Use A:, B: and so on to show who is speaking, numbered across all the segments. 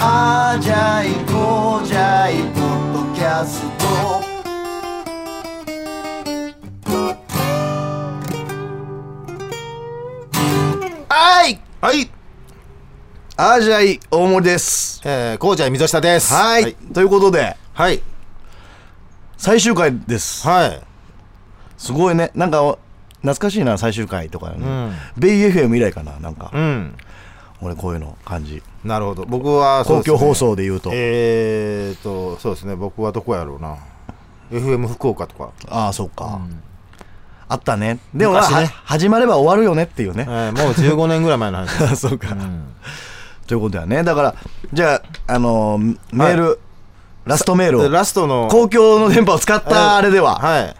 A: あじゃいこうじゃいポッドキャスト」はい
B: はい、
A: あじゃい大森です
B: えー、こうじゃい溝下です。
A: はい、ということで
B: はい。
A: 最終回です
B: はい。
A: すごいねなんか懐かしいな最終回とか、ね
B: ん
A: ベイ FM 以来かななんか、
B: うん。
A: 俺こういうの感じ
B: なるほど。僕は、
A: 公共放
B: そう
A: 送で言うと、
B: ですね。えーと、そうですね。僕はどこやろうな。FM 福岡とか。
A: ああそうか、あったねでもな、
B: 昔ね
A: は始まれば終わるよねっていうね
B: え、ー、もう15年ぐらい前 の話です。
A: そうか、
B: ん
A: ということやねだからじゃあ、あのーメール、
B: は
A: ラストメール
B: で
A: を
B: ラストの。
A: 公共の電波を使ったあれでは、
B: はい。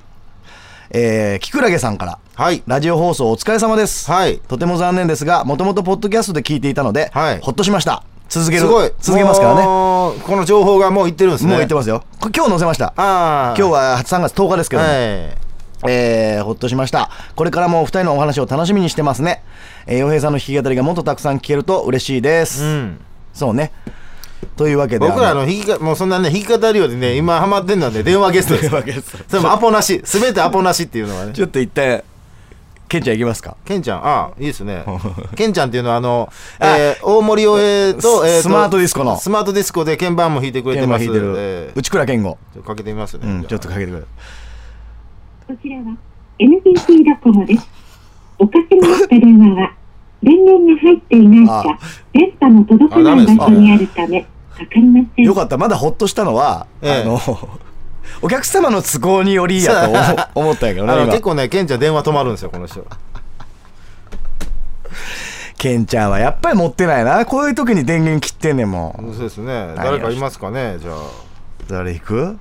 A: えー、キクラゲさんから
B: はい。
A: ラジオ放送お疲れ様です、
B: はい。
A: とても残念ですがもともとポッドキャストで聞いていたので、
B: はい
A: ほっとしました続ける
B: すごい。
A: 続けますからねも
B: もうこの情報がもういってるんです
A: う
B: ね。
A: 言ってますよこ今日載せました
B: ああ。
A: 今日は3月10日ですけどね、
B: はい。
A: えー、ほっとしました。これからもお二人のお話を楽しみにしてますね。えー、洋平さんの弾き語りがもっとたくさん聞けると嬉しいです。
B: うん。
A: そうね。というわけで。
B: 僕らの弾きかもうそんなね弾き語りよりね今ハマってんのはね電話ゲストです
A: 電話ゲスト
B: それもアポなし全てアポなしっていうのはね
A: ちょっと一旦、ケンちゃん行きますか
B: ケンちゃんああいいです ねケンちゃんっていうのはあの、
A: あ
B: えー大森洋平と,、
A: ス
B: えーと
A: スマートディスコの
B: スマートディスコで鍵盤も弾いてくれて
A: 鍵
B: ま
A: 盤
B: す
A: 弾いてる。
B: えー
A: 内倉健吾。
B: ちょっとかけてみますね、
A: うん、
B: じゃあ
A: ちょっとかけてくれ。
C: こちらは NTT ドコモです。おかけになった電話は、電源が入っていない
A: あ
C: か、電波の届かない場所にあるため、かかりません。
A: よかった。まだほっとしたのは、
B: ええ
A: あの、 お客様の都合によりやと 思思ったんやけどね
B: あの
A: 今
B: 結。構ねケンちゃん電話止まるんですよこの人
A: ケンちゃんはやっぱり持ってないな。こういう時に電源切ってんねんも
B: そ
A: ん。
B: うですね誰かいますかねじゃあ
A: 誰行く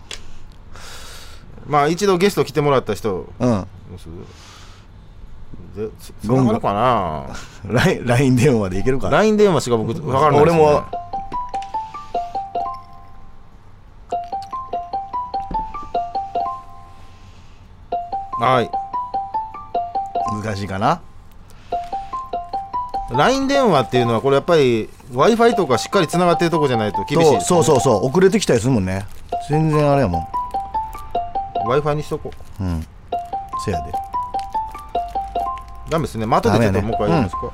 B: まあ一度ゲスト来てもらった人
A: うん。
B: どうするでつつ
A: ゴン
B: な
A: グ
B: がるかな
A: ラインライン電話でいけ るか
B: LINE 電話しか僕分からないです、
A: 俺
B: ね、
A: も
B: はい
A: 難しいかな
B: LINE 電話っていうのはこれやっぱり w i f i とかしっかりつながってるとこじゃないと厳しいです、ね、
A: そうそうそうそう遅れてきたりするもんね全然あれやもん
B: w i f i にしとこう
A: うんせやで
B: ダメですねまあ後でちょっともう一回やりますか、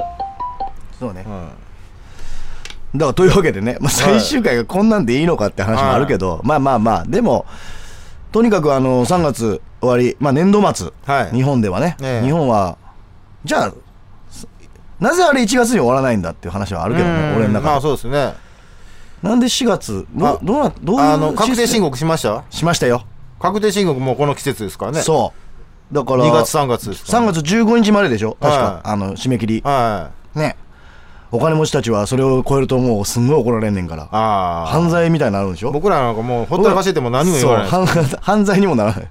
A: そうねだか
B: うん
A: らというわけでね、まあ、最終回がこんなんでいいのかって話もあるけど、まあまあまあでもとにかくあの3月終わり、まあ、年度末、
B: はい
A: 日本ではね、
B: ええ
A: 日本はじゃあすなぜあれ1月に終わらないんだっていう話はあるけどね
B: うん
A: 俺の中で、
B: まあそうですね
A: なんで4月
B: あ
A: どどうなどういう
B: あの確
A: システ
B: 定申
A: ム
B: 告しました
A: しましたよ、
B: 確定申告もうこの季節ですからねう
A: そうだから
B: 2月3月ですから
A: 3
B: ね、
A: 月15日まででしょ確か
B: は、い
A: あの締め切り
B: はい
A: ねお金持ちたちはそれを超えるともうすんごい怒られんねんから
B: ああ
A: 犯罪みたいになるんでしょ
B: 僕らなんかもうほったらかしてても何も言わないです
A: そう犯犯罪にもならない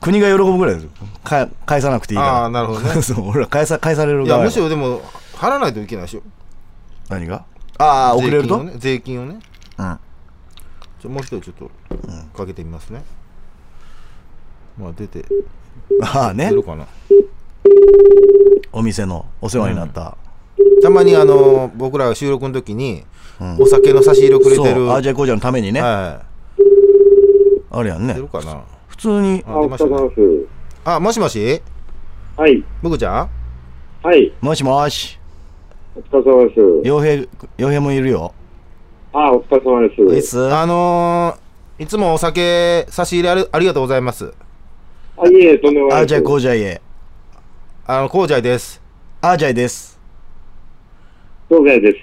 A: 国が喜ぶぐらいですよか返さなくていいから
B: あーなるほどね
A: そう俺ら返さ返される
B: いや
A: 側
B: むしろでも払わないといけないでしょ
A: 何がああ遅
B: 税金を
A: れると、
B: ね税金をね
A: うん
B: ちょもう一人ちょっとかけてみますね、まあ出て
A: ああね
B: 出るかな
A: お店のお世話になった、
B: たまにあの僕らが収録の時に
A: うん
B: お酒の差し入れをくれ
A: そ
B: てる
A: うアージャイコージャのためにね、
B: は
A: あるやん
B: い
A: ね
B: 出るかな
A: 普通に
B: あ出ましたねあもしもし
D: はい。
B: むぐちゃん
D: はい。
A: もしもし
D: お疲れ様です。
A: 傭兵傭兵もいるよ
D: あ、お疲れ様
A: い
D: です。
A: つ
B: あのーいつもお酒差し入れありありがとうございます
D: あ、いえ、とんでもな
A: ア
D: い
A: ージャ
D: です
A: イ。コージャイへ
B: あのこうじゃいです
A: アージャイです
D: どうぞで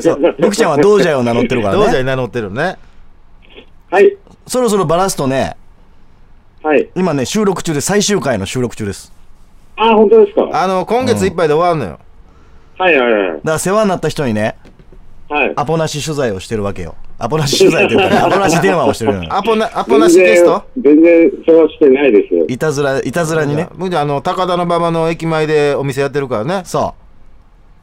D: す。
A: そう、むくちゃんはどうじゃいを名乗ってるか
B: どう
A: ら
B: じゃ
A: ね。
B: い名乗ってるね
D: はい。
A: そろそろバラすとね、
D: はい。
A: 今ね、収録中で、最終回の収録中です。
D: あ、本当ですかは
B: あの今月いっぱいで終わるのよ、
D: いはいはい
A: だ。から世話になった人にね、
D: はい。
A: アポなし取材をしてるわけよ。アポなし取材というかね、 アポなし電話をしてるのよ。
B: アポなアポなしゲスト
D: 全然、全然世話してないで すよ。
A: いたずら、いたずらにね。
B: むぐちゃんあの高田馬場の駅前でお店やってるからね
A: そう。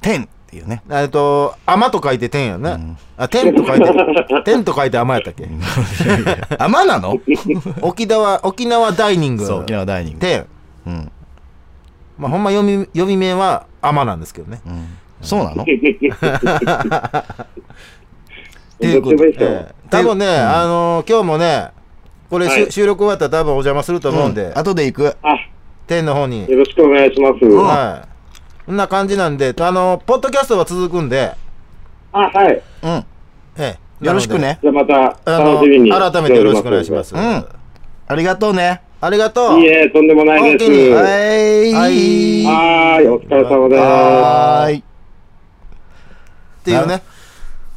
A: 天っていうね。
B: えっと「甘」と書いて「天」やね、あ「天」と書いて「天」と書いて「甘」やったっけ
A: 甘なの
B: 沖縄沖縄ダイニング
A: そう、沖縄ダイニング。
B: 天
A: うん。
B: まあ、ほんま読み読み名は「甘なんですけどね。
A: うんそうなの
D: どっちもいいですよ
B: ええ多分ね、あのー今日もね、これ、しゅ
D: はい
B: 収録終わったら多分お邪魔すると思うんで、
A: 後で行く。
D: あ、
B: 天の方に。
D: よろしくお願いします。
B: はい。そんな感じなんで、あのーポッドキャストは続くんで、
D: あ、はい。
A: うん。
B: ええ
A: よろしく。ね。
D: じゃあまた
B: なの
D: 楽し
B: で
D: みに。
B: あの改めてよろしくお願いします。
A: うんありがとうね。
B: ありがとう。
D: いいえ、とんでもないです。
B: 本当に
A: は
D: は
A: ーい。
D: ーい、お疲れ様です。
A: はーい。
B: っていうね。
A: なる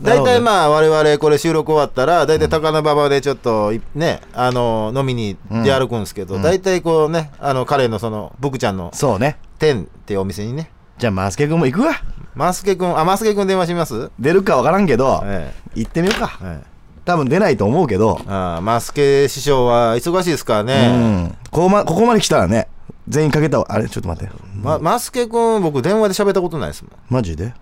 B: 大
A: ほど
B: 体まあ我々これ収録終わったら大体高田馬場でちょっといねあの飲みに出歩くんですけど、
A: うん
B: 大体こうねあの彼のそのブクちゃんの
A: そうね。
B: 天っていうお店にね
A: じゃあ、マスケ君も行くわ。
B: マスケ君あマスケ君電話します
A: 出るかわからんけど、
B: え
A: 行ってみようか
B: え。ええ
A: 多分出ないと思うけど、
B: ああマスケ師匠は忙しいですから
A: う
B: ね、
A: ん。ここまここまで来たらね、全員かけたわ。あれ、ちょっと待って。
B: ま、マスケ君僕電話で喋ったことないですも
A: マジで
B: ん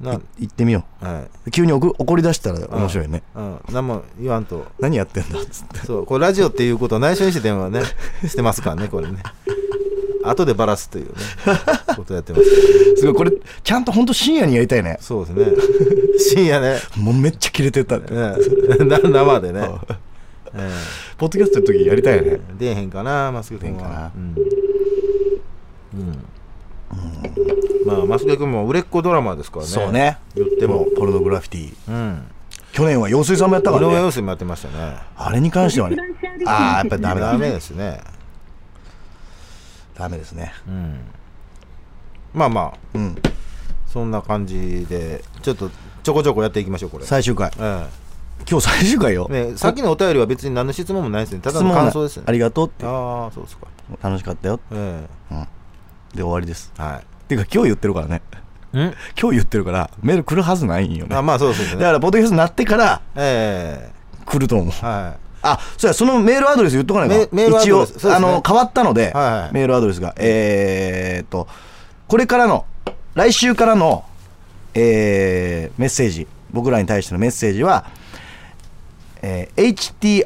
B: な、
A: 行ってみよ
B: は
A: う。急に怒怒り出したら面白いね。
B: いうん、何も言わんと
A: 何やってんだっつって。
B: そうこれラジオっていうことを内緒にして電 話ねしてますからねこれね後でバラすというねことやってますけど
A: すごい、これ、ちゃんと本当深夜にやりたいね。
B: そうですね深夜ね
A: もうめっちゃキレてた。ポッ
B: ねな生でね、え
A: ドキャストの時やりたいね。
B: え出えへんかなマスケ君は
A: 出
B: うん、うんまあマスケ君も売れっ子ドラマーですからね
A: そうね。
B: 言って
A: でも
B: も、
A: ポルノグラフィティ。
B: うん
A: 去年は陽水さんもやった
B: 井
A: から
B: 上
A: ね。
B: 陽水もやってましたね
A: あれに関してはね、ああ、やっぱりダメ
B: ダ
A: だ。
B: メですね
A: ダメですね。
B: うんまあまあ
A: うん。
B: そんな感じでちょっとちょこちょこやっていきましょうこれ、
A: 最終回。
B: え
A: 今日最終回よ
B: え。ね、さっきのお便りは別に何の質問もないですねただ
A: 質問
B: の
A: はない
B: 感想ですね
A: ありがとうって。
B: ああそうですか
A: 楽しかったよ。
B: え
A: で、終わりです。
B: えは
A: っていうか、今日言ってるからね。
B: いん
A: 今日言ってるから、メール来るはずないんよね。
B: あまあそうです
A: だ
B: よ
A: か
B: ね
A: ら、ポッドキャストになってから
B: え
A: 来ると思う。
B: えは
A: あ、そうや、そのメールアドレス言っとかないか
B: メ。メールアドレス
A: 一
B: そうです
A: 応、
B: ね
A: あの、変わったので、
B: はいはい
A: メールアドレスが、えーっと、これからの、来週からの、えーメッセージ、僕らに対してのメッセージは、えー、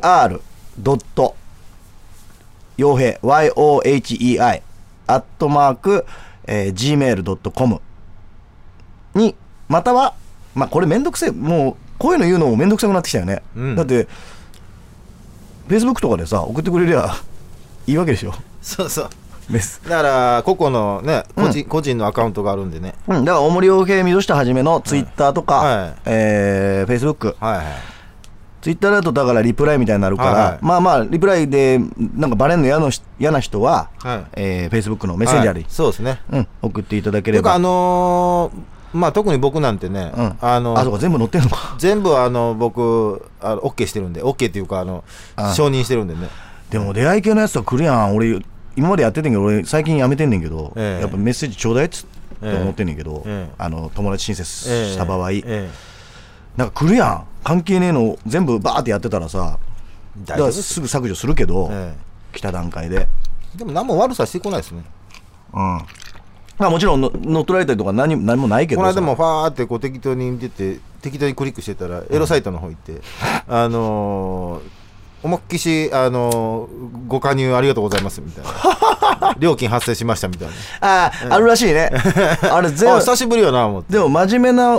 A: htr. 洋平 yohei アットマーク、えー、gmail.com にまたはまあこれめんどくせえもうこういうの言うのもめんどくさくなってきたよね、
B: うん
A: だってフェイスブックとかでさ送ってくれりゃ いいわけでしょ
B: いそうそう
A: メス
B: だから個々のね個人,、
A: う
B: 個人のアカウントがあるんでね
A: うん、だから大森洋平水下はじめのツイッターとか、
B: はい
A: えー、フェイスブック
B: はいはい
A: ツイッターだとだからリプライみたいになるから、
B: はいはい
A: まあまあリプライでなんかバレんの嫌のし嫌な人は、
B: はい
A: えー、フェイスブックのメッセンジャーで、
B: はいそうですね
A: うん、送っていただけ
B: て
A: れ
B: か
A: ば
B: あのーまあ特に僕なんてね、
A: うん、
B: あの
A: あそうか全部載ってんの か
B: 全部あの僕あの OK してるんで OK っていうかあの
A: あ
B: 承認してるんでね
A: でも出会い系のやつは来るやん俺今までやっててんけど俺最近やめてんねんけど、
B: ええ
A: やっぱメッセージちょうだいっつって思ってんねんけど、
B: ええ
A: あの友達申請
B: ええ
A: した場合、
B: ええ
A: なんか来るやん関係ねえの全部バーってやってたらさだか
B: 大丈
A: ら
B: 夫です
A: すぐ削除するけど、
B: え
A: 来た段階で、
B: えでも何も悪さしてこないですね
A: うんまあ、もちろんの乗っ取られたりとか何も何もないけ
B: こ
A: ど
B: の
A: さ
B: 間もファーってこう適当に見てて適当にクリックしてたらエロサイトの方行って、あのー思いっきし、あのーご加入ありがとうございますみたい な料金発生しましたみたい
A: ああ、あるらしい ねあれ全
B: なあ
A: 部
B: 久しぶりやな思って
A: でも真面目な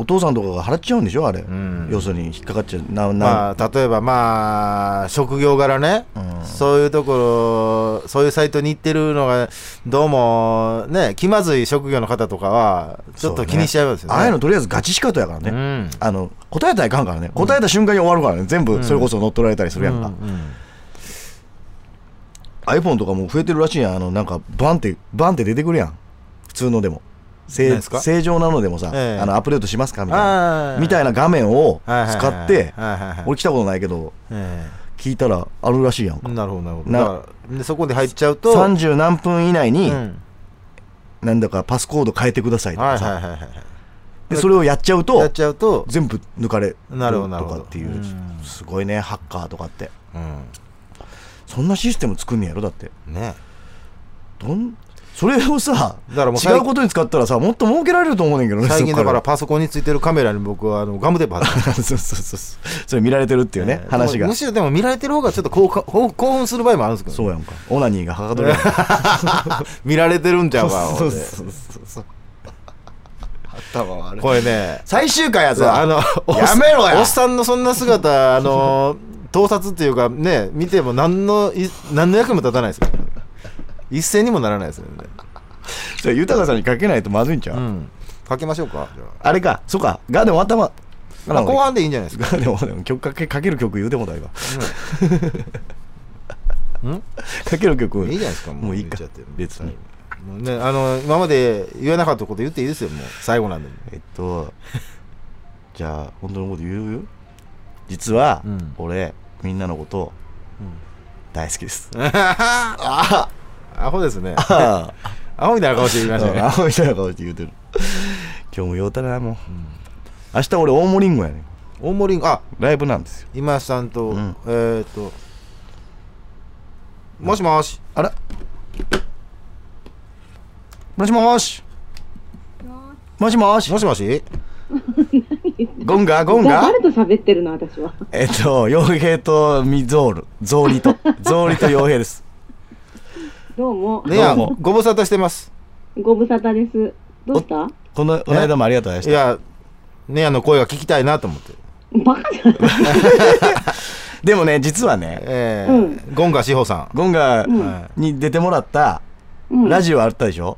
A: お父さんとかが払っちゃうんでしょあれ、
B: ん
A: 要するに引っかかっちゃうなな、
B: まあ、例えばまあ職業柄ね、そういうところそういうサイトに行ってるのがどうもね気まずい職業の方とかはちょっと気にしちゃいますよね
A: ああいうのとりあえずガチ仕方やからね、
B: うん
A: あの答えたらいかんからね答えた瞬間に終わるからね全部それこそ乗っ取られたりするやんか、
B: うんうん
A: iPhone とかも増えてるらしいやんあのなんかバンってバンって出てくるやん普通のでもせ
B: 何ですか
A: 正常なのでもさ、
B: ええ
A: あのアップデートしますかみたい
B: あ
A: な
B: あ
A: みたいな画面を
B: はいはいはい
A: 使って
B: はいはいはい
A: 俺来たことないけど
B: え
A: 聞いたらあるらしいやん
B: え
A: か
B: なるほどなるほど
A: な
B: だからでそこで入っちゃうと
A: 30何分以内に
B: うん
A: なんだかパスコード変えてくださいと
B: はいは
A: か
B: い
A: さ、
B: はいはい
A: でそれをやっちゃう
B: やっ
A: と
B: ちゃうと、
A: 全部抜かれると
B: なるほどなるほど
A: かっていう
B: うん
A: すごいねハッカーとかって
B: うん
A: そんなシステム作んねやろだって
B: ね
A: どんそれをさ
B: だからもう
A: 違うことに使ったらさもっと儲けられると思うねんけどね
B: 最近
A: そ
B: だ
A: っ
B: からパソコンについてるカメラに僕はあのガムテープ貼って
A: ら
B: ます
A: そうそうそうそうそれ見られてるっていうね、 話が
B: むしろでも見られてる方がちょっと興奮興興奮する場合もあるんですけどね、
A: そうやんかオナニーがはかど るやんか
B: 見られてるんちゃうか
A: そうそうそうそう頭悪い
B: これね
A: 最終回やつ
B: あ
A: は
B: の
A: やめろや
B: おっさんのそん な姿あの盗撮っていうかね見ても何のい何の役にも立たないですよね一銭にもならないですよね、
A: それ豊さんにかけないとまずいんちゃう、
B: うん、かけましょうかじゃ
A: あれかそうかガーデン終わったま
B: あまあ後半でいいんじゃないですか
A: ガーデン終わったま曲かけかける曲言うてもだいわ
B: うん
A: かける曲
B: いいじゃないですか
A: もういいか
B: 言っちゃって
A: 別に
B: もうねあの今まで言えなかったこと言っていいですよもう最後なん で
A: えっとじゃあ本当のこと言うよ実は、
B: うん
A: 俺みんなのこと、大好きです
B: あアホですね
A: あ
B: アホみたいな顔して言いましたね
A: あみたいな顔して言うてる今日も酔うたなもう、明日俺大森リンゴやねん
B: 大森んあ
A: ライブなんですよ
B: 今さんと、
A: うん
B: えーっともしもし
A: あらもしもーしもしもーし
B: もしもし
A: ゴンガゴン
E: だ
A: ガ
E: 誰と喋ってるの私は。
A: えっと傭兵とミゾールゾーリ とゾーリと傭兵です
E: どうも。
B: ねや
A: どうも
B: ご無沙汰してます
E: ご無沙汰です。どうした
A: このこの間もありがとうございまし
B: い
A: た
B: やねやの声が聞きたいなと思って
E: バカじゃない
A: でもね実はね
B: えーゴンガ志保さ
A: ゴンガ
B: ん、は
A: に出てもらった
E: うん
A: ラジオあったでしょ、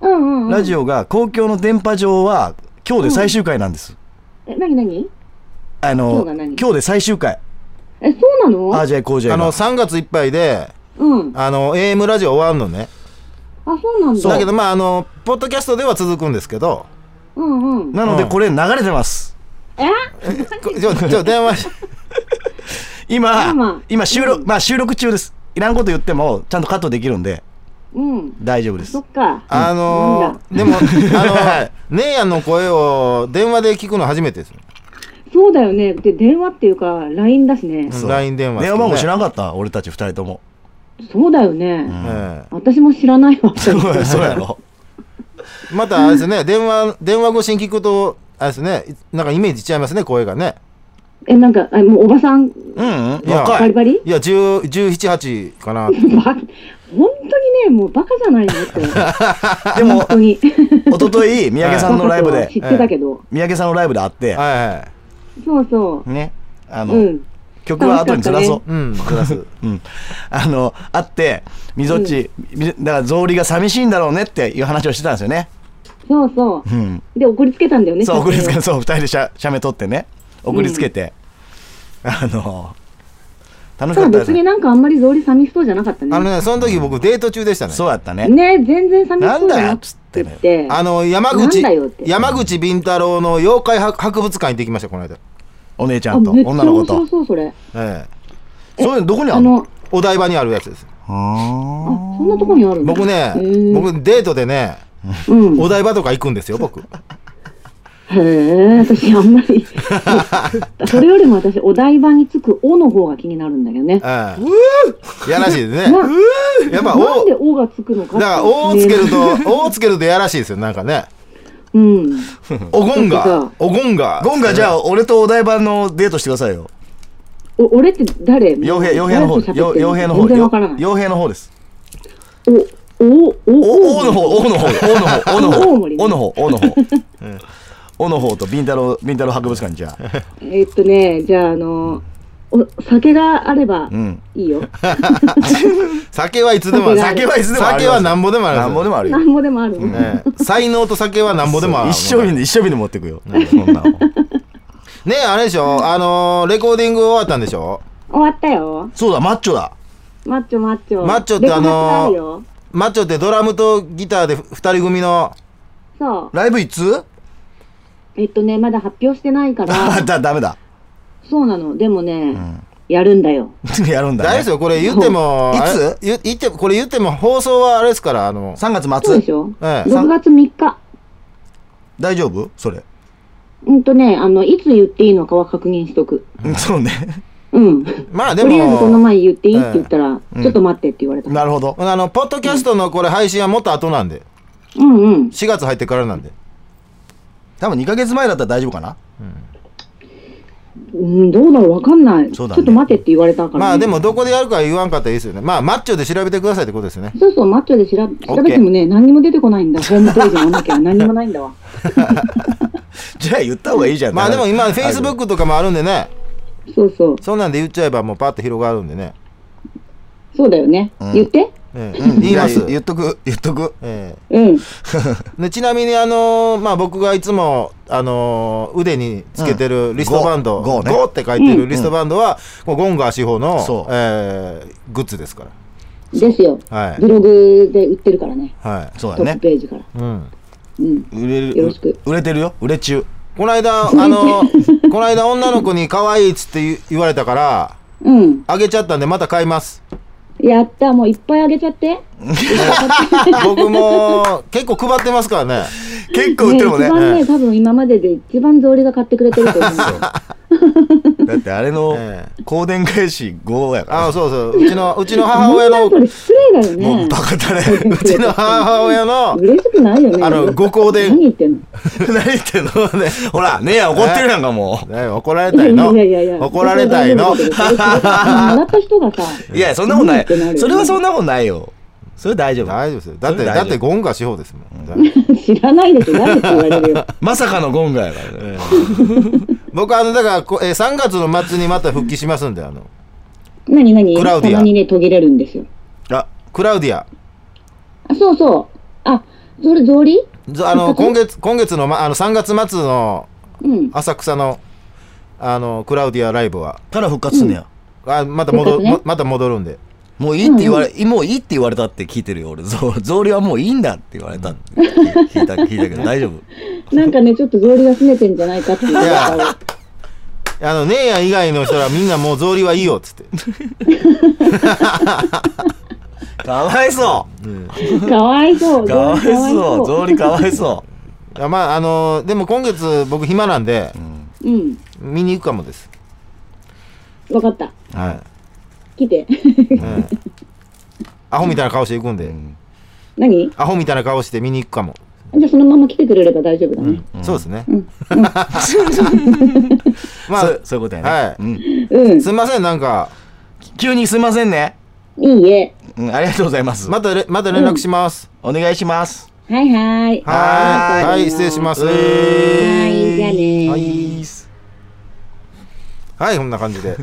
E: うんうんうん。
A: ラジオが公共の電波上は今日で最終回なんです、
E: え、なになに
A: あの
E: 今日が何
A: 今日で最終回
E: え、そうな
A: あー
E: の
A: ジャイコージ
B: い、
A: ャ
B: あ
A: イが
B: の3月いっぱいで
E: うん。あ、
B: あの AM ラジオ終わんのね
E: そうなんだ。
B: だけどまああのポッドキャストでは続くんですけど
E: うんうん。
A: なので
B: うん
A: これ流れてます
E: え
B: こちょちょ電話し
A: 今、
E: うん
A: 今収録、まあ収録中ですいらんこと言ってもちゃんとカットできるんで
E: うん。
A: 大丈夫です
E: そっか。
B: あの ーでも、あのー、姉やんの声を電話で聞くの初めてです。
E: そうだよね。で、電話っていうか、LINE だしね。
A: そう
B: LINE 電話。
A: 電話番号知
B: ん。
A: らなかった俺たち二人とも
E: そうだよね。
B: え
E: 私も知らないわ。
A: そうや そうやろ
B: えまた、あれですね、電話、電話越しに聞くと、あれですね、いなんかイメージ違いますね、声がね。
E: え、なんか、あもうおばさ
A: う
E: ん、
A: ん、うん、
B: いや
A: 若
E: バ
A: い
E: リバリ
B: いや、10 17、8か な。
E: バ本当にね、もうバカじゃないのって。
A: でも
E: 本当に。
A: 一昨日三宅さんのライブ
E: バカとは知
A: で
E: ってたけど。
A: 三宅さんのライブで会って
B: はいはい。
E: そうそ
A: ねあ
E: う。
A: の、
E: うん。
A: 曲は後にずらそう、
B: うん、プラ ス。
A: うん、あの会ってみぞっち、みだから草履が寂しいんだろうねっていう話をしてたんですよね、
E: そうそう
A: う。ん、
E: で送りつけたんだよね。
A: そう送りつけ
E: 写真
A: そ
E: を
A: う2人でしゃ写メ撮ってね送りつけて、あの楽し
E: そ
A: か
E: う
A: った
E: 別になんかあんまり草履寂しそうじゃなかったね。
B: あのね、その時僕デート中でしたね。
A: そうやったね
E: ね全然寂しそうじゃなく
A: な
E: て
A: んだよっつっ
B: あの、山
E: な
B: 口
E: んだよって、
B: 山口敏太郎の妖怪博博物館に行ってきました、この間。
A: お姉ちゃ
E: あ
A: んと
E: めっちゃ
A: 女の子
E: 面白
A: と
E: そうそれ。
B: ええ
A: そういうのどこにあ
E: あ
A: るの
E: の
B: お台場にあるやつです。
A: あ
E: あそんなとこにあるの
B: 僕ね
E: へ、ー
B: 僕デートでね、
E: うん
B: お台場とか行くんですよ、僕。
E: へえ私あんまりそれよりも私お台場につくおの方が気になるんだけどね。
B: うん。やらしいですね。
E: な
B: やっぱ、
E: なん
B: お、
E: で
B: だ
E: おがつくの
B: か
E: か。
B: ら、おをつける。と、おをつけるとやらしいですよ、なんかね。
E: うん。
B: おごん
E: そうそ
B: が
E: う、
B: おごんが。
A: ゴンがじゃあ俺とお台場のデートしてくださいよ
E: お俺って誰？
A: 傭兵傭兵の方
E: 誰と喋ってる
A: 傭兵の方
E: 全然わからない。
A: 傭兵の方です
E: おお
A: おおの
E: お
A: 方おの方おの方おの
E: 大
A: 方
E: 森ね
A: おの方おの 方おの方とビンタロウビンタロウ博物館じゃあ
E: えっとねじゃああのお酒があれば
A: うん
E: いいよ。
B: 酒はいつでもある。
A: 酒はいつでもあります
B: 酒はなんぼでもある。
A: なんぼでもあるよ
E: なんぼでもあるの。
B: ええ才能と酒はなんぼでもある。
A: そう一生瓶で一生瓶で持ってくよそんなの
B: ねえ、あれでしょ、あのー、レコーディング終わったんでしょ
E: 終わったよ。
A: そうだマッチョだ
E: マッチョマッチョ。
B: マッチョって
E: レコ
B: あ
E: 発があ
B: のー
E: るよ、
B: マッチョってドラムとギターで二人組の、
E: そう。
A: ライブいつ
E: えっとね、まだ発表してないか
A: あ
E: ら、
A: だダメだ
E: そうなの。でもね、
A: ん
E: やるんだよ。
A: やるんだ
B: あれで
A: ね
B: すよ、これ言っても、
A: い
B: あれ
A: つ
B: 言言っても、これ言っても放送はあれですから、あの、
A: 3月
E: そうで
A: 末
E: しょ
B: え
E: ?6
B: え
E: 月3日。
A: 大丈夫それ
E: うんとね、あの、いつ言っていいのかは確認しとく。
A: そうね
E: うん。
B: まあで
E: とりあえずこの
B: も、
E: 前言っていいって言ったら、ちょっと待ってって言われた。
A: なるほど。
B: あの、ポッドキャストのこれ配信はもっと後なんで、
E: うんうん。
B: 4月入ってからなんで。
A: 多分2ヶ月前だったら大丈夫かな
E: うん、どうだろうわかんない。ち
A: そ
E: ょ
A: う
E: っ
A: だね
E: と待ってって言われたから、
B: まあで。も、どこでやるかは言わんかったらいいですよね。まあ、マッチョで調べてくださいってことですよね。
E: そうそう、マッチョで調べ調べてもね、何にも出てこないんだ。ホームページもなきゃ何にもないんだわ。
A: じゃあ言った方がいいじゃん。
B: まあでも今、フェイスブッ
A: ク。
B: クとかもあるんでね、
E: そうそう。
B: そんなんで言っちゃえばもうパッと広がるんでね。
E: そうだよね。
A: うん
E: 言って。
B: ええ
A: うん
B: 言います
A: じゃあ。言っとく、言っとく。
B: え
E: うん。
B: えでちなみに、あのーまあ、僕がいつも、あのー腕につけてるリストバンド、
A: うんゴーゴーね
B: ゴーって書いてるリストバンドは、もうゴンガー司法の、
A: そう
B: ええグッズですから。
E: ですよ。
B: はい
E: ブログで売ってるからね。
B: は
A: そう
E: ト
A: だ
E: ップ
A: ね。
E: ページから。
B: い。うん。
E: うん。
A: 売れ
E: よろ
A: る
E: しく、
A: 売れてるよ。売れ 中。
B: この間、あ のーこの間女の子に可愛いっつって言う言われたから、
E: うん。
B: あげちゃったんでまた買います。
E: やった。もういっぱいあげちゃって。
B: 僕も結構配ってますからね。
A: 結構売ってるもん
E: 一
A: ね。
E: 番ね、多分今までで一番ゾウリが買ってくれてると思う。
A: だってあれの
B: え
A: 香典返し5やから
B: あそうそう。うちの、うちの母
E: そ
B: 親
E: んな
B: の、
E: んそうれ失礼だよ
A: も
E: ね
A: う。バカ だね。
B: ちの母親の、
E: 嬉しくないよね。
B: あのご高で
E: 何言ってんの
A: 何言ってんのほら、姉やん怒ってるやんか、も
B: ね怒られたいの。
E: いやいやいや。
B: 怒られたいの。
E: それは大丈夫だけどそれもらった人がさ、
A: う。いや、そんなことない
E: 何言ってんのあ。れ
A: それはそんなことないよ。それ大丈夫。
B: 大丈夫ですよ。だっ
A: そ
B: て、
A: れ大
B: だ
A: 丈
B: っ
A: 夫
B: てゴンガ司法ですもん。
E: 知らないでしょ。誰って言われるよ。
A: まさかのゴンガやからね。
B: 僕あの、だからこ、えー、3月の末にまた復帰しますんで、あの、
E: 何何
B: クラウディア
E: たまにね、途切れるんですよ。
A: あ、
B: クラウディア。
E: あ、そうそう。あ、それゾウリ
B: ずあの、今月、今月の、ま、あの、3月末の
E: うん。
B: 浅草の、あの、クラウディアライブは、
A: から復活すんねや。
B: あまた戻、
E: 復活ね
B: ままた戻るんで。
A: もういいって言われ、もういいって言われたって聞いてるよ、俺。ゾゾウリはもういいんだって言われたって聞いた、聞いたけど、大丈夫。
E: なんかね、ちょっとゾウリが拗ねてんじゃないかっていう
B: いや
E: 噂を。
B: あの、姉やん以外の人はみんなもう草履はいいよっつって。
A: かわいそ
E: かわいそう。
A: う
E: ゾ
A: かわ
E: ウ
A: い
E: リかわい
A: そうゾ
E: そ
A: ウリかわいそ
B: いやまあ、あのでも今月僕暇なんで、
E: う。うん。
B: 見に行くかもです。
E: わかった。
B: は
E: 来て。
B: い。うんアホみたいな顔して行くんで、
A: う。うん
E: 何じ
B: アホみたいな顔して見に行くかも。
E: ゃあそのまま来てくれれば大丈夫だね。
B: そうですね。 ま
A: まあ、
B: あ
A: そ、そういうことやね。
B: はい
A: うん
E: うん。
B: すいません、なんか、
A: 急にすいませんね。
E: いいえ。
A: うん、ありがとうございます。
B: またれ、また連絡します。
A: お願いします。
E: はいはい。
B: はーい。はい、失礼します。は
E: はい、じゃあねー。
A: はい。
B: い、こんな感じで。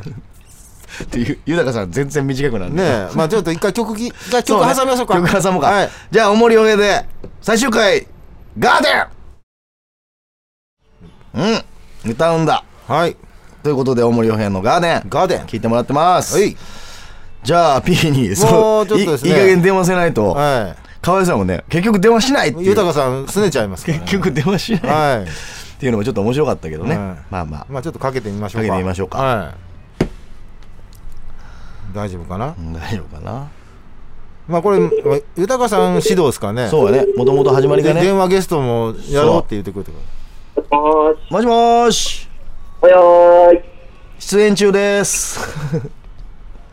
A: っていう、ゆたかさん全然短くなる
B: ねえ、まあちょっと一回曲き、一回
A: そ
B: 曲
A: ね
B: 挟みましょうか。
A: 曲挟もうか。
B: はい。
A: じゃあ、おもりおめで、最終回、ガーデンうん、歌うんだ。
B: はい。
A: ということで、大森洋平のガーデン。
B: ガーデン。
A: 聞いてもらってます。
B: はい。
A: じゃあ、P に、
B: もうちょっとですね
A: いいい加減電話せないと、
B: は
A: かわいそうだもんね。結局電話しないって
B: い。
A: いう。
B: 豊さん、すねちゃいますからね
A: 結局電話しない
B: はい。
A: っていうのもちょっと面白かったけどね。
B: はい
A: まあまあ。
B: まあちょっとかけてみましょうか。
A: かけてみましょうか
B: はい。大丈夫かな。
A: うん大丈夫かな。
B: まあこれ、まあ豊さん指導ですからね。
A: そうやね。もともと始まり
B: で
A: がね。
B: 電話ゲストもやろうって言ってくれたか
D: もし
A: もしもーし。
D: もしもーし。
A: 出演中です。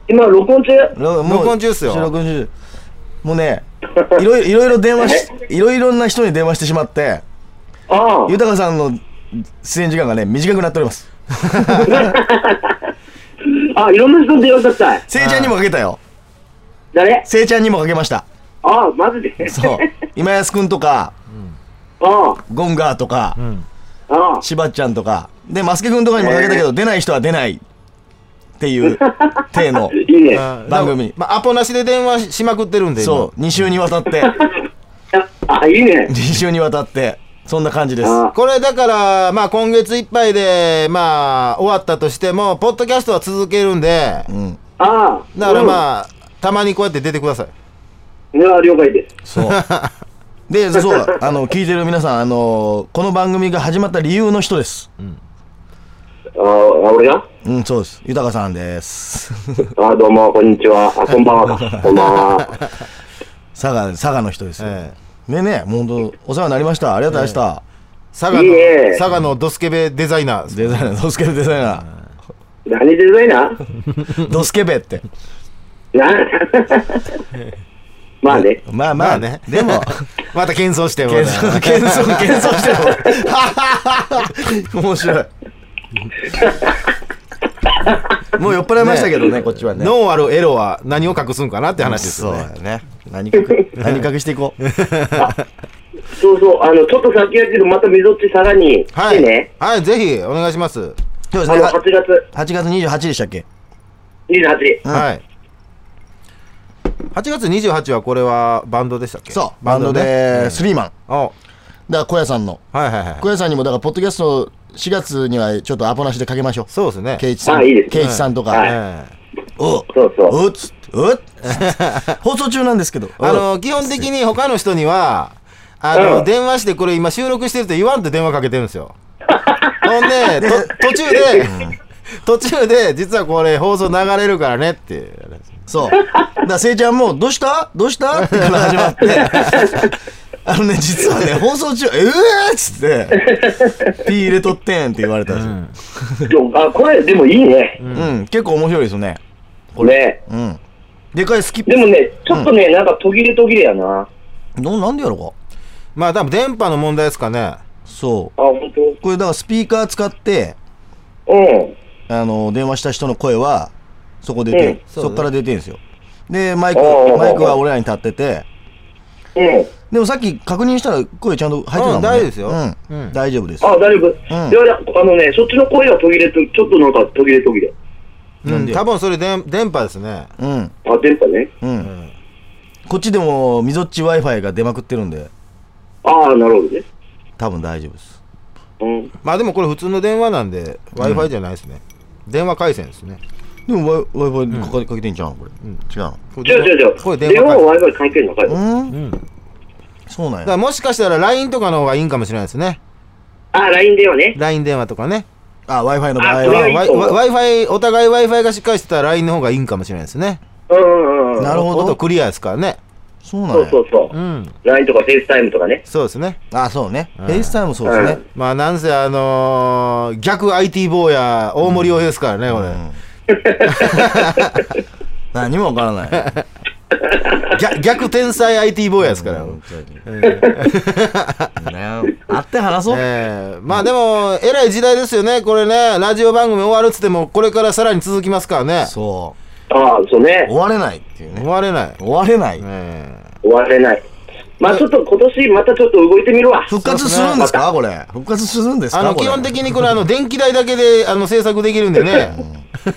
D: 今、録音中
A: ろもう
B: 録音中っすよ
A: 録音中もう ね、いろいろいろいろ電話し、いろいろな人に電話してしまって、
D: ああ。
A: 豊さんの出演時間がね、短くなっております。
D: あ、いろんな人に電話かったい。
A: せいちゃんにもかけたよ。
D: 誰
A: せいちゃんにもかけました。
D: ああ、マジで
A: そう。今安くんとか、
D: あ
A: ゴンガーとか、
B: ら。うん。
D: あ、ああ。
A: しばっちゃんとか、で、マスケくんとかにもかけたけど、出ない人は出ないって いう、体の、
D: いいね。
B: あ
A: 番組
B: まあアポなしで電話ししまくってるんで。今
A: そう、2週にわたって、
D: あ、いいね
A: 2。週にわたって、そんな感じです。
D: あ
B: これだから、まあ今月いっぱいで、まあ終わったとしても、ポッドキャストは続けるんで、
A: うん、
D: ああ。
B: だから
D: あ。
B: まあ、たまにこうやって出てください。
D: いや、了解です。
A: そう。で、そう、あの、聞いてる皆さん、あの、この番組が始まった理由の人です。
D: ああ、俺が
A: うん、そうです。豊さんです。
D: ああ、どうも、こんにちは。あ、こんばん はか。こんばんは。
A: 佐賀、佐賀の人ですよ。
B: ええ
A: ねね、もう本当、お世話になりました。ありがとうございま
B: 佐賀の
D: いいね、
B: 佐賀のドスケベデザイナー。
A: した。デザイナー、ソスケルデザイナー。
D: 何デザイナー
A: ドスケベって。
D: な まあね。
A: まあまあ、
B: まあ
A: ね
B: ね。
A: で も、
B: また謙遜しても
A: 謙遜、謙遜、謙遜しても。 面白い。 もう酔っ払いましたけどね、こっちはね。
B: ノーあるエロは何を隠すんかなって話ですよ
A: そう
B: ね
A: だよね。何隠、何隠してい こう。
D: そうそう、あの、ちょっと先やけど、また溝っちさらに来
B: はい、
D: てね。
B: はい、ぜひお願いします、
A: そうです
D: あ
A: ね。
D: の、8月
A: 8月28でしたっけ
D: 28
A: うん
B: はい8月28はこれはバンドでしたっけ
A: そう、バンド
B: ね
A: で、スリーマン。
B: うんお
A: だから、小屋さんの。
B: はいはいはい
A: 小屋さんにも、だから、ポッドキャスト4月にはちょっとアポなしでかけましょ
B: そうですね
A: う。ケイチさん、
D: あいいですね
A: ケイチさんと
D: は
A: か。
B: ええ
A: おう
D: そうそう。
A: うっつってうっつって放送中なんですけど。
B: あの基本的に他の人にはあの、
D: うん
B: 電話してこれ今収録してるって言わんって電話かけてるんです よほんでと途中で途中で実はこれ放送流れるからねって
A: そう。だから、せいちゃんも、どうしたどうしたってから始ま って。あのね、実はね、放送中、ええっつって、ピー入れとってんって言われたんですよ
D: そう あ、これ、でもいいね。
A: うん、結構面白いですね。
D: これ。
A: うん。でかいスキッ
D: でもね、ちょっとね、なんか途切れ途切れやな。あ、
A: プ。ななんでやろうか。
B: まあ多分電波の問題ですかね
A: そう。
D: 本
A: これ、だからスピーカー使って、
D: 当。うん。
A: あの、電話した人の声は、そこ出て、
D: うん
A: そ
B: そう
A: こ
B: ね
A: から出てんですよ。で、マイク、
D: おー
A: マイクは俺らに立ってて、
D: うん。
A: でもさっき確認したら声ちゃんと入ってたもんね。
B: うん大丈夫ですよ
A: うん。
B: うん
A: 大丈夫です。
D: あ、大丈
A: ん
D: 夫。いやいや、あのね、そっちの声が途切れと、ちょっとなんか途切れ途切れ。
A: な
B: うんん
A: で
B: 多分それ電電波ですね
A: うん。
D: あ、電波ね。
A: うん。
B: ん
A: こっちでも、みぞっち Wi-Fi が出まくってるんで、
D: ああ、なるほどね。
A: 多分大丈夫です。
D: うん。
B: まあでもこれ普通の電話なんで w i f i じゃないですね、電話回線ですね
A: でも Wi- Wi-Fi かかかけてんじゃん、これ。
B: ん
A: 違うの。
D: 違う違う違う。
B: これ電
D: 電話
B: 話
D: は
B: 回線
D: Wi-Fi 関係ない。
A: うん
B: うんだか
A: そうなん
B: ら
A: や。
B: もしかしたら LINE とかの方がいいんかもしれないですね
D: あ、LINE 電話ね。
B: LINE 電話とかね
A: あ、Wi-Fi の場
D: あ
A: 合
D: それがいい
A: は。
B: わわ Wi-Fi お互い Wi-Fi がしっかりしてたら LINE の方がいいんかもしれないですね
D: うんうんうん。
A: なるほど
B: 音クリアですからね
A: そうなん
D: そ
A: や
D: うそ。うそうう。
B: ん
D: LINE とか FaceTime とかね。
B: そうですね
A: あ、そうね。
B: ん
A: FaceTime もそうですね。
B: まあなんせあのー逆 IT 坊や大森洋平ですからね、これ、
A: 何もわからない。
B: 逆逆天才 IT 坊やですから、
A: ね会って話そう。
B: えーまあでも、えらい時代ですよね、これね、ラジオ番組終わるっつっても、これからさらに続きますからね、
A: そ
D: ああ、そう
A: う。
D: ね。
A: 終われないっていう
B: 終
A: ね。
B: われない。
A: 終われない。
B: え
D: 終われない。まあちょっと今年またちょっと動いてみるわ。
A: 復活するんですかこれ。復活するんです
B: ーあ
A: か
B: の
A: これ
B: 基本的にこれ、あの電気代だけであの制作できるんでね、
A: 復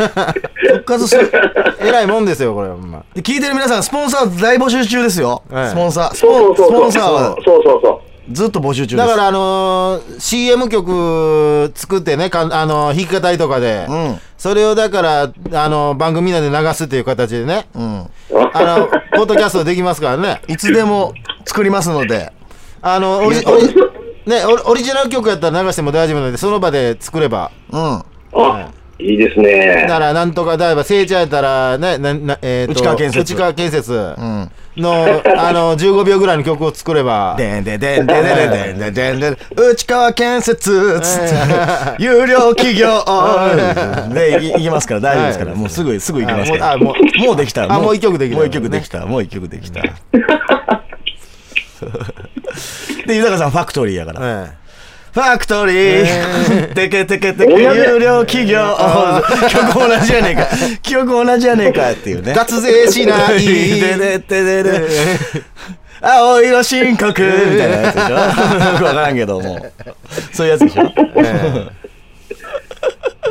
A: 活する。
B: えらいもんですよ、これ、ほんま。
A: で聞いてる皆さん、スポンサー大募集中ですよ。
B: はい
A: スポンサー。ス
D: そ
A: ポ
D: う
A: ン
D: そ
A: スポ
D: うそう。
A: ンサーは
D: そうそうそ
A: ずっと募集中で
B: だ
A: す。
B: から、あのー CM 曲作ってね、かんあのー弾き語りとかで、
A: うん
B: それをだから、あのー番組みんなで流すっていう形でね、
A: うん。
B: あのポッドキャストできますからね。
A: いつでも作りますので。
B: あのオリオリね、オリオリジナル曲やったら流しても大丈夫なので、その場で作れば。
A: うん。
D: う。あ、いいですね。
B: なら、なんとかだいば、せいちゃんやったら、ね、ななえーと
A: 内川建設
B: 内川建設
A: うん。
B: の、あの、15秒ぐらいの曲を作れば。
A: でんでんでんでんでんでんでんでんでん内川建設つって有料企業でいいきますから大丈夫ですから
B: はい
A: もうすぐすぐ行きますから
B: あもうあも
A: もうできた
B: あもう一曲できた
A: もう一曲できたもう一曲できたで豊さんファクトリーやからフ
B: え
A: ァクトリ ーテケテケテケ有料企業 曲同じやねんか曲同じやねんかっていうね
B: え脱税しない。
A: ででででで青色申告みたいなやつでしょ よくわからんけどもそういうやつでし ょ
B: ええ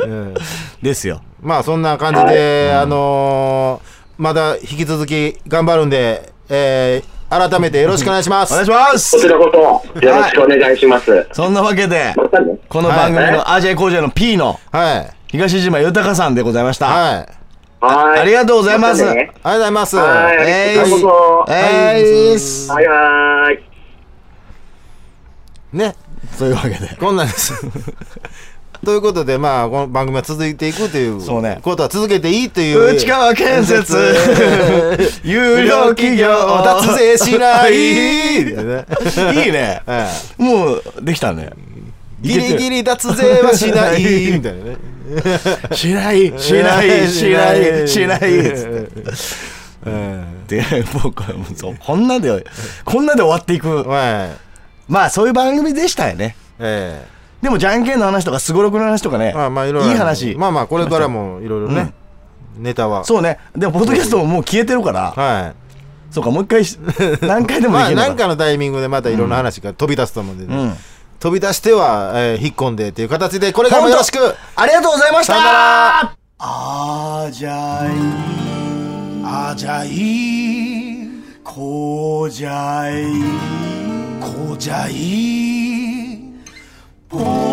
B: うん
A: ですよ
B: まあ、そんな感じで、あのーまだ引き続き頑張るんで、えー改めてよろしくお願いします。
A: お願いしま
D: こち
A: す
D: らこそよろしくお願いします。
A: そんなわけで
D: またね。
A: この番組のアジア工場の P の
B: はい。
A: 東島豊さんでございました
B: はい。あり
D: はーい。
A: ありがとうございます
D: またね
B: がとうございます。
D: はーい
B: え
D: こちらこそ
A: えいっす
D: はいはーい。
B: ーね。
A: そういうわけで
B: こんなんです。 ということで、まあ、この番組は続いていくという
A: そうね
B: ことは続けていいという。
A: 内川建設 有料企業
B: 脱税し ない え
A: いいね
B: え
A: もうできたね
B: ギリギリ脱税はしない。みたいなね。
A: し ないしないしないしないっつって
B: うん
A: で僕はもうそうこんなでこんなで終わっていく
B: はい
A: まあそういう番組でしたよね
B: え
A: でもじゃんけんの話とかすごろくの話とかね
B: えまあまあいろいろ
A: いい話
B: まあまあこれからもいろいろねネタは
A: そうねでもポッドキャストももう消えてるから
B: は
A: そうかもう一回し何回で
B: い
A: もでき
B: まあ
A: る
B: 何
A: の
B: かのタイミングでまたいろんな話が飛び出すと思うんでね
A: うん
B: 飛び出してはえー引っ込んでっていう形でこれからもよろしく
A: ありがとうございました
B: さよなら
A: あじゃいあじゃいこうじゃいこうじゃいポ